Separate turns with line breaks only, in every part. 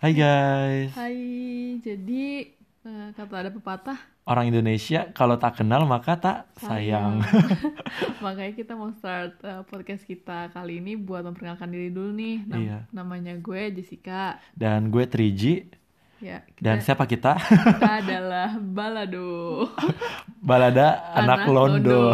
Hai guys,
Hai, jadi eh, kata ada pepatah,
orang Indonesia kalau tak kenal maka tak sayang.
makanya kita mau start eh, podcast kita kali ini buat memperkenalkan diri dulu nih. Nam-
Iya.
Namanya gue Jessica.
Dan gue Triji
Ya, kita,
dan siapa kita?
kita adalah balado.
Balada anak, Londo.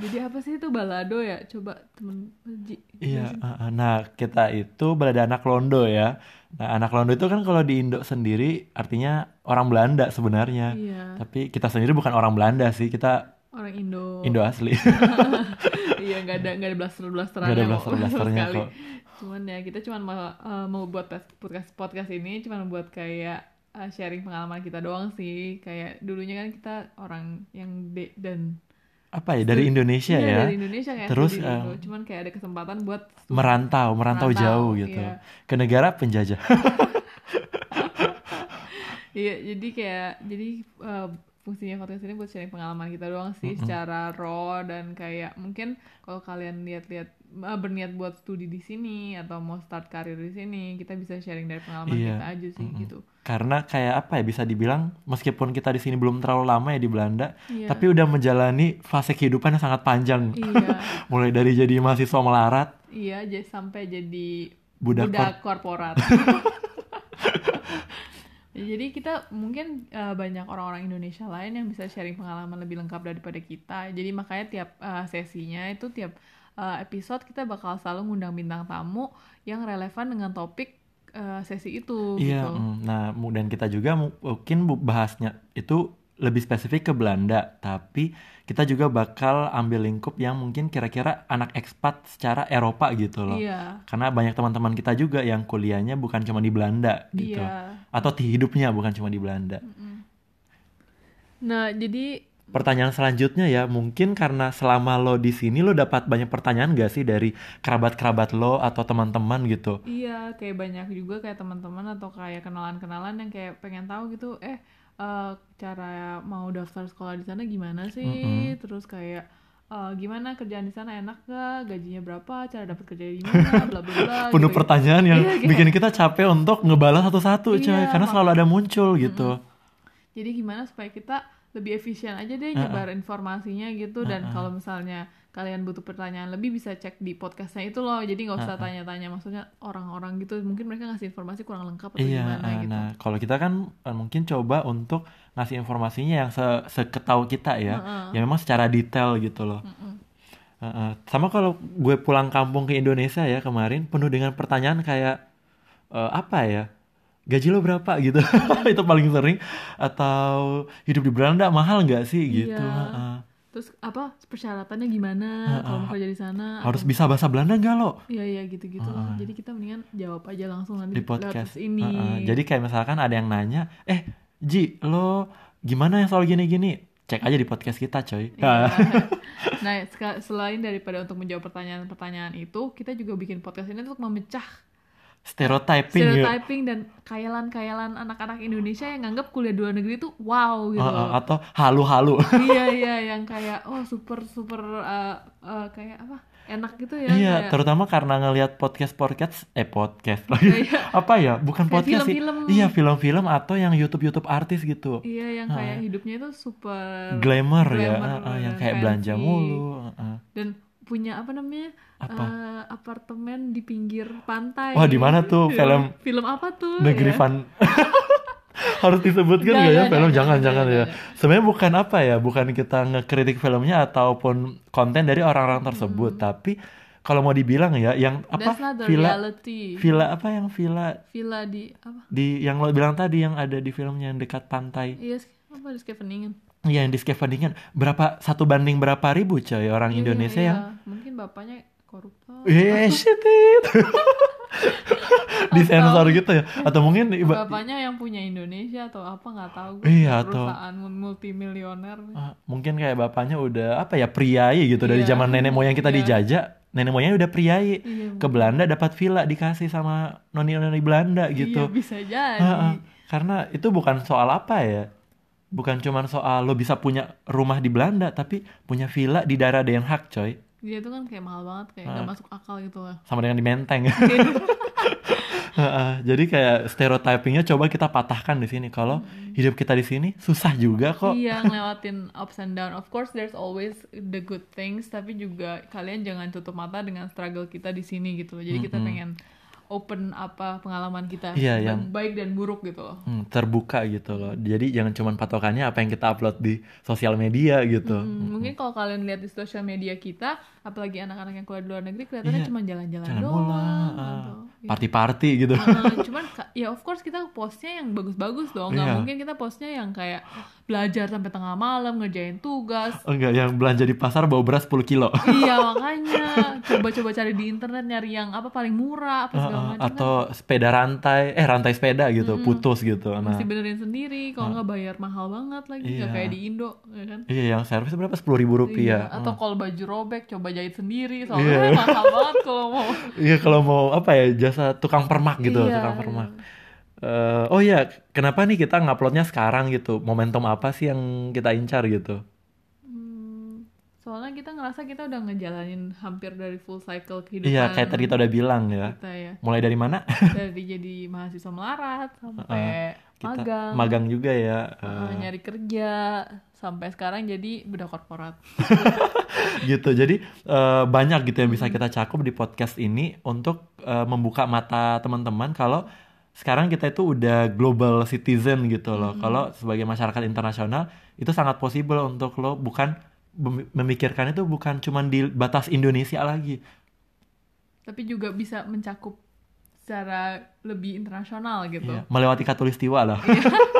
Jadi apa sih itu balado ya? Coba temen Ji,
Iya, uh, uh, nah kita itu Balada anak Londo ya. Nah anak Londo itu kan kalau di Indo sendiri artinya orang Belanda sebenarnya.
Iya,
Tapi kita sendiri bukan orang Belanda sih, kita
orang Indo.
Indo asli.
iya, nggak ada nggak ada blaster blasteran.
Nggak ada blaster-blasternya kok.
Cuman ya kita cuman mau, eh, mau buat pes- podcast podcast ini cuman buat kayak eh, sharing pengalaman kita doang sih. Kayak dulunya kan kita orang yang de dan
Apa ya dari Indonesia
Iya,
ya?
dari Indonesia kayak
Terus,
studi
em,
gitu. Cuman kayak ada kesempatan buat
Merantau, merantau,
Merantau,
jauh gitu.
iya.
Ke negara penjajah.
iya jadi kayak jadi eh, fungsinya podcast ini buat sharing pengalaman kita doang sih secara raw dan kayak mungkin kalau kalian lihat-lihat eh, berniat buat studi di sini atau mau start karir di sini kita bisa sharing dari pengalaman
Iya,
kita aja sih
mm-mm.
gitu.
karena kayak apa ya bisa dibilang meskipun kita di sini belum terlalu lama ya di Belanda
Iya.
tapi udah menjalani fase kehidupan yang sangat panjang
iya
mulai dari jadi mahasiswa melarat
iya jadi sampai jadi
Budak
budak, korporat. Ya, Jadi kita mungkin eh, banyak orang-orang Indonesia lain yang bisa sharing pengalaman lebih lengkap daripada kita. Jadi makanya tiap eh, sesinya itu tiap eh, episode kita bakal selalu ngundang bintang tamu yang relevan dengan topik eh, sesi itu
iya
gitu.
mm. nah mu- dan kita juga mu- mungkin bu- bahasnya itu lebih spesifik ke Belanda tapi kita juga bakal ambil lingkup yang mungkin kira-kira anak ekspat secara Eropa gitu loh
Iya.
karena banyak teman-teman kita juga yang kuliahnya bukan cuma di Belanda gitu
Iya.
atau hidupnya bukan cuma di Belanda
Nah, jadi
Pertanyaan selanjutnya ya, mungkin karena selama lo di sini lo dapat banyak pertanyaan gak sih dari kerabat-kerabat lo atau teman-teman gitu?
Iya, kayak banyak juga kayak teman-teman atau kayak kenalan-kenalan yang kayak pengen tahu gitu, eh eh, cara mau daftar sekolah di sana gimana sih?
Mm-mm.
Terus kayak eh, gimana kerjaan di sana enak gak? Gajinya berapa? Cara dapat kerja di mana? Bla bla bla.
Penuh
gitu.
pertanyaan yang
Iya, kayak-
bikin kita capek untuk ngebalas satu-satu coy,
Iya,
karena
mak-
selalu ada muncul gitu.
Jadi gimana supaya kita lebih efisien aja deh nyebar informasinya gitu dan kalau misalnya kalian butuh pertanyaan lebih bisa cek di podcastnya itu loh. Jadi nggak usah tanya-tanya maksudnya orang-orang gitu. Mungkin mereka ngasih informasi kurang lengkap atau
Iya,
gimana
eh,
gitu.
nah kalau kita kan eh, mungkin coba untuk ngasih informasinya yang se- seketau kita ya, ya memang secara detail gitu loh. Eh, eh, Sama kalau gue pulang kampung ke Indonesia ya kemarin penuh dengan pertanyaan kayak eh, apa ya gaji lo berapa gitu itu paling sering atau hidup di Belanda mahal nggak sih gitu.
Iya.
Eh, eh.
Terus apa persyaratannya gimana kalau mau kerja di sana?
Harus bisa bahasa Belanda nggak lo?
Iya iya gitu-gitu. lah. Jadi kita mendingan jawab aja langsung nanti
di podcast
lewat ini.
Heeh. Jadi kayak misalkan ada yang nanya, eh Ji lo gimana yang soal gini-gini? Cek aja di podcast kita coy.
Iya. nah, seka- selain daripada untuk menjawab pertanyaan-pertanyaan itu, kita juga bikin podcast ini untuk memecah
Stereotyping ya.
stereotyping dan kayalan-kayalan anak-anak Indonesia yang nganggap kuliah di luar negeri itu wow gitu.
Heeh,
loh.
atau halu-halu.
iya iya yang kayak oh super super eh, eh, kayak apa? Enak gitu ya.
Iya,
kayak-
terutama karena ngelihat podcast podcast eh podcast lagi.
Iya.
Apa ya? Bukan
Kayak
podcast sih.
film-film.
Iya, film-film atau yang YouTube-YouTube artis gitu.
Iya yang kayak hidupnya itu super
Glamour, ya,
Iya. glamour
heeh, yang
dan
kayak
fancy.
belanja mulu. heeh.
dan punya apa namanya
Apa?
eh, apartemen di pinggir pantai Iya.
Wah, di mana tuh? Film-
film apa tuh
negeri
ya?
fan harus disebutkan
Nggak,
gak ya
nggak,
film
nggak,
jangan
nggak,
jangan
nggak,
ya sebenarnya bukan apa ya bukan kita ngekritik filmnya ataupun konten dari orang-orang tersebut tapi kalau mau dibilang ya yang
Hmm. That's not
apa
the
villa
reality
villa apa yang villa
villa di apa
di yang lo bilang tadi yang ada di filmnya yang dekat pantai
iya sk- apa di Skeveningen
Iya, yang di scavenging berapa satu banding berapa ribu coy orang
Iya,
Indonesia ya?
iya,
yang
iya. mungkin bapaknya koruptor
Eh, shit it. di sensor gitu ya atau mungkin iba-
bapaknya yang punya Indonesia atau apa nggak tahu gue.
Iya, atau-
perusahaan multimilioner
Ah, mungkin kayak bapaknya udah apa ya priai gitu dari
Iya.
zaman nenek moyang kita
Iya.
dijajah nenek moyang udah priai
Iya,
ke Belanda dapat villa dikasih sama noni noni Belanda
iya
gitu
bisa jadi
Ah, ah. karena itu bukan soal apa ya bukan cuman soal lo bisa punya rumah di Belanda tapi punya villa di daerah Den Haag coy
dia tuh kan kayak mahal banget kayak nggak masuk akal gitu lah
sama dengan di Menteng Heeh, jadi kayak stereotypingnya coba kita patahkan di sini. Kalau
Hmm.
hidup kita di sini susah juga kok.
Iya, ngelewatin ups and down. Of course, there's always the good things, tapi juga kalian jangan tutup mata dengan struggle kita di sini gitu loh. Jadi kita pengen open apa pengalaman kita
Iya, yang-
yang baik dan buruk gitu loh.
Hmm, terbuka gitu loh. Jadi jangan cuman patokannya apa yang kita upload di sosial media gitu.
Hmm, Mungkin kalau kalian lihat di sosial media kita, apalagi anak-anak yang keluar di luar negeri kelihatannya
Iya.
cuma jalan-jalan
Jangan
doang.
mula,
atau- Iya.
ah, party-party gitu.
Nah, cuman ka- ya of course kita postnya yang bagus-bagus dong. Nggak
Iya.
mungkin kita postnya yang kayak belajar sampai tengah malam ngerjain tugas.
Enggak, yang belanja di pasar bawa beras 10 kilo.
iya makanya coba-coba cari di internet nyari yang apa paling murah apa segala
Heeh,
macam kan
Ah, atau sepeda rantai, eh rantai sepeda gitu, putus gitu. Nah,
mesti benerin sendiri kalau nggak bayar mahal banget lagi nggak
Iya.
kayak di Indo ya kan
iya yang servis berapa? 10.000 ribu
Iya,
rupiah.
atau kalau baju robek coba jahit sendiri soalnya kan mahal banget kalau mau
Iya kalau mau apa ya jasa tukang permak gitu,
Iya,
tukang permak. Eh, oh iya, kenapa nih kita nguploadnya sekarang gitu? Momentum apa sih yang kita incar gitu?
Hmm, soalnya kita ngerasa kita udah ngejalanin hampir dari full cycle kehidupan
Iya, kayak tadi kita udah bilang ya.
kita ya
Mulai dari mana?
dari jadi mahasiswa melarat sampai
kita
magang
juga ya. Eh,
eh, nyari kerja sampai sekarang jadi budak korporat
gitu. Jadi eh, banyak gitu yang
Hmm.
bisa kita cakup di podcast ini untuk eh, membuka mata teman-teman kalau sekarang kita itu udah global citizen gitu loh.
Hmm.
Kalau sebagai masyarakat internasional itu sangat possible untuk lo bukan mem- memikirkan itu bukan cuman di batas Indonesia lagi.
tapi juga bisa mencakup secara lebih internasional gitu.
Iya, melewati katulistiwa lah.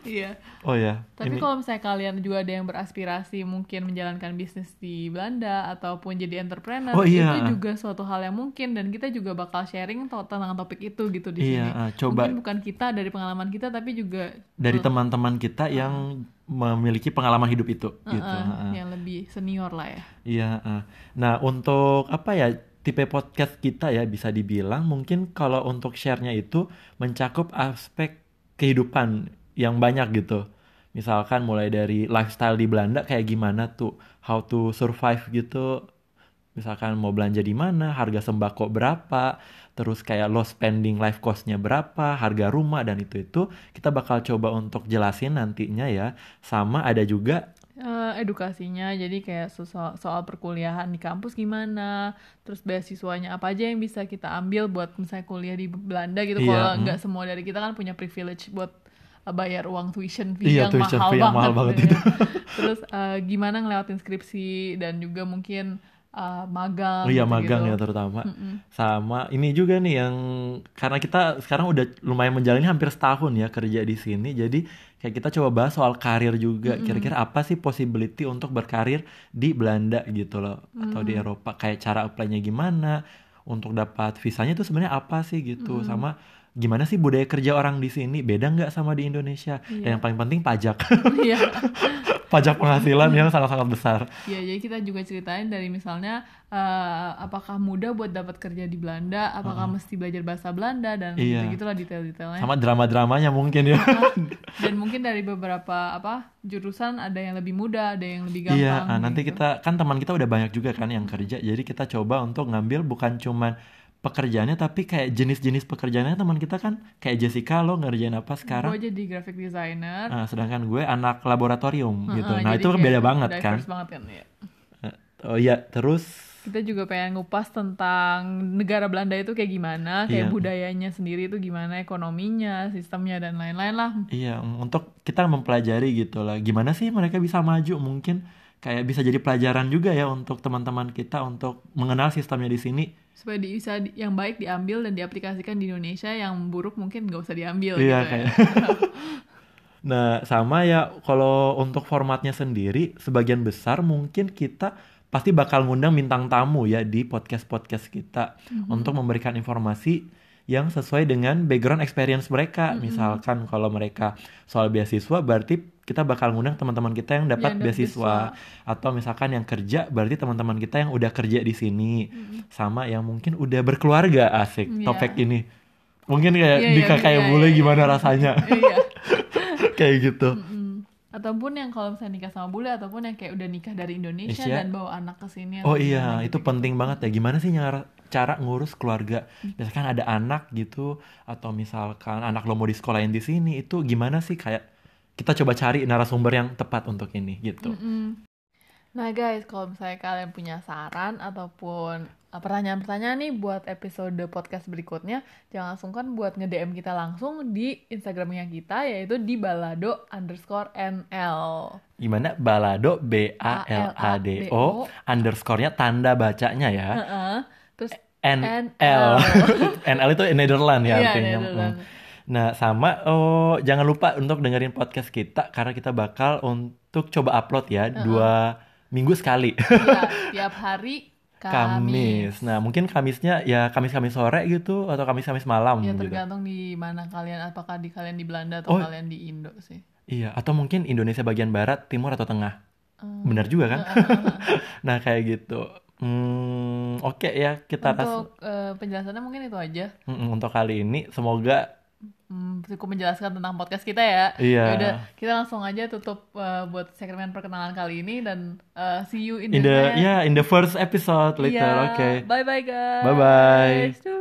Iya.
Oh ya.
Tapi
ini-
kalau misalnya kalian juga ada yang beraspirasi mungkin menjalankan bisnis di Belanda ataupun jadi entrepreneur,
Oh, iya.
itu juga suatu hal yang mungkin dan kita juga bakal sharing to- tentang topik itu gitu
Iya,
di sini.
eh, coba
Mungkin Oh. bukan kita dari pengalaman kita tapi juga
dari teman-teman kita
Ah.
yang memiliki pengalaman hidup itu
eh,
gitu.
eh,
heeh.
yang lebih senior lah ya.
Iya. ah. Nah, untuk apa ya tipe podcast kita ya bisa dibilang mungkin kalau untuk share-nya itu mencakup aspek kehidupan yang banyak gitu. Misalkan mulai dari lifestyle di Belanda kayak gimana tuh, how to survive gitu. Misalkan mau belanja di mana, harga sembako berapa, terus kayak lo spending life cost-nya berapa, harga rumah dan itu-itu kita bakal coba untuk jelasin nantinya ya. Sama ada juga
Eh, edukasinya jadi kayak so- soal, soal perkuliahan di kampus gimana terus beasiswanya apa aja yang bisa kita ambil buat misalnya kuliah di Belanda gitu
Iya,
kalau
hmm.
nggak semua dari kita kan punya privilege buat eh, bayar uang tuition fee
Iya,
yang
tuition
mahal,
fee yang
banget,
mahal banget
ya. terus eh, gimana ngelewatin skripsi dan juga mungkin eh,
Oh
magang
iya
gitu-gitu.
magang ya
Hmm.
terutama sama ini juga nih yang karena kita sekarang udah lumayan menjalani hampir setahun ya kerja di sini jadi kayak kita coba bahas soal karir juga kira-kira apa sih possibility untuk berkarir di Belanda gitu loh atau di Eropa kayak cara apply-nya gimana untuk dapat visanya itu sebenarnya apa sih gitu sama gimana sih budaya kerja orang di sini beda nggak sama di Indonesia
Iya.
dan yang paling penting pajak
Iya.
pajak penghasilan yang sangat-sangat besar
Ya, jadi kita juga ceritain dari misalnya eh, apakah mudah buat dapat kerja di Belanda, apakah mesti belajar bahasa Belanda dan
Iya.
gitu-gitulah detail-detailnya.
sama drama-dramanya mungkin ya
dan mungkin dari beberapa apa jurusan ada yang lebih mudah ada yang lebih gampang
Iya, ah, nanti
gitu.
kita kan teman kita udah banyak juga kan yang kerja, jadi kita coba untuk ngambil bukan cuman pekerjaannya tapi kayak jenis-jenis pekerjaannya teman kita kan kayak Jessica lo ngerjain apa sekarang,
gue jadi graphic designer
Ah, sedangkan gue anak laboratorium gitu.
Heeh,
Nah
jadi
itu
kayak
beda banget kan.
diverse banget kan, ya.
Ah, Oh iya, terus
kita juga pengen ngupas tentang negara Belanda itu kayak gimana
Iya.
kayak budayanya sendiri itu gimana ekonominya sistemnya dan lain-lain lah
iya mm, untuk kita mempelajari gitu lah, gimana sih mereka bisa maju mungkin kayak bisa jadi pelajaran juga ya untuk teman-teman kita untuk mengenal sistemnya di sini.
supaya di- bisa di- yang baik diambil dan diaplikasikan di Indonesia yang buruk mungkin nggak usah diambil
Iya,
gitu ya.
kayak- Nah, sama ya kalau untuk formatnya sendiri, sebagian besar mungkin kita pasti bakal ngundang bintang tamu ya di podcast-podcast kita
Mm-hmm.
untuk memberikan informasi yang sesuai dengan background experience mereka.
Mm-hmm.
Misalkan kalau mereka soal beasiswa, berarti kita bakal ngundang teman-teman kita yang dapat
Yang dapat
beasiswa. Atau misalkan yang kerja, berarti teman-teman kita yang udah kerja di sini. Sama yang mungkin udah berkeluarga, asik.
Mm-hmm. Iya.
Topik ini. Mungkin kayak
Iya, iya,
Dika kayak
iya,
bule
iya,
gimana rasanya.
iya
kayak gitu.
ataupun yang kalau misalnya nikah sama bule ataupun yang kayak udah nikah dari Indonesia
Asia.
dan bawa anak ke sini
Oh
atau
iya,
gimana
itu
gitu.
penting banget ya. Gimana sih nyara- cara ngurus keluarga? Misalkan ada anak gitu, atau misalkan anak lo mau di sekolahin di sini, itu gimana sih kayak kita coba cari narasumber yang tepat untuk ini gitu.
Mm-mm. Nah guys, kalau misalnya kalian punya saran ataupun uh, pertanyaan-pertanyaan nih buat episode podcast berikutnya, jangan sungkan buat nge-DM kita langsung di Instagramnya kita, yaitu di balado underscore NL.
Gimana? Balado B A L A D O underscore-nya tanda bacanya ya.
Heeh. Terus
N L. N L itu Netherlands ya
Iya,
artinya.
Netherlands.
Mm. Nah, sama oh jangan lupa untuk dengerin podcast kita karena kita bakal untuk coba upload ya dua minggu sekali.
ya, tiap hari Kamis.
Kamis. Nah, mungkin Kamisnya ya Kamis-Kamis sore gitu atau Kamis-Kamis malam
Ya
gitu.
tergantung di mana kalian, apakah di kalian di Belanda atau
Oh.
kalian di Indo sih.
Iya, atau mungkin Indonesia bagian barat, timur atau tengah.
Hmm.
Benar juga kan? nah, kayak gitu. Hmm, oke ya kita ras-
Untuk eh, penjelasannya mungkin itu aja.
Mm-mm, untuk kali ini semoga
Hmm, cukup menjelaskan tentang podcast kita ya.
Iya.
Ya udah, kita langsung aja tutup eh, buat segmen perkenalan kali ini dan eh, see you in the,
in the
next.
yeah, in the first episode later.
Iya.
Oke.
Bye bye guys.
Bye-bye.
Tuh.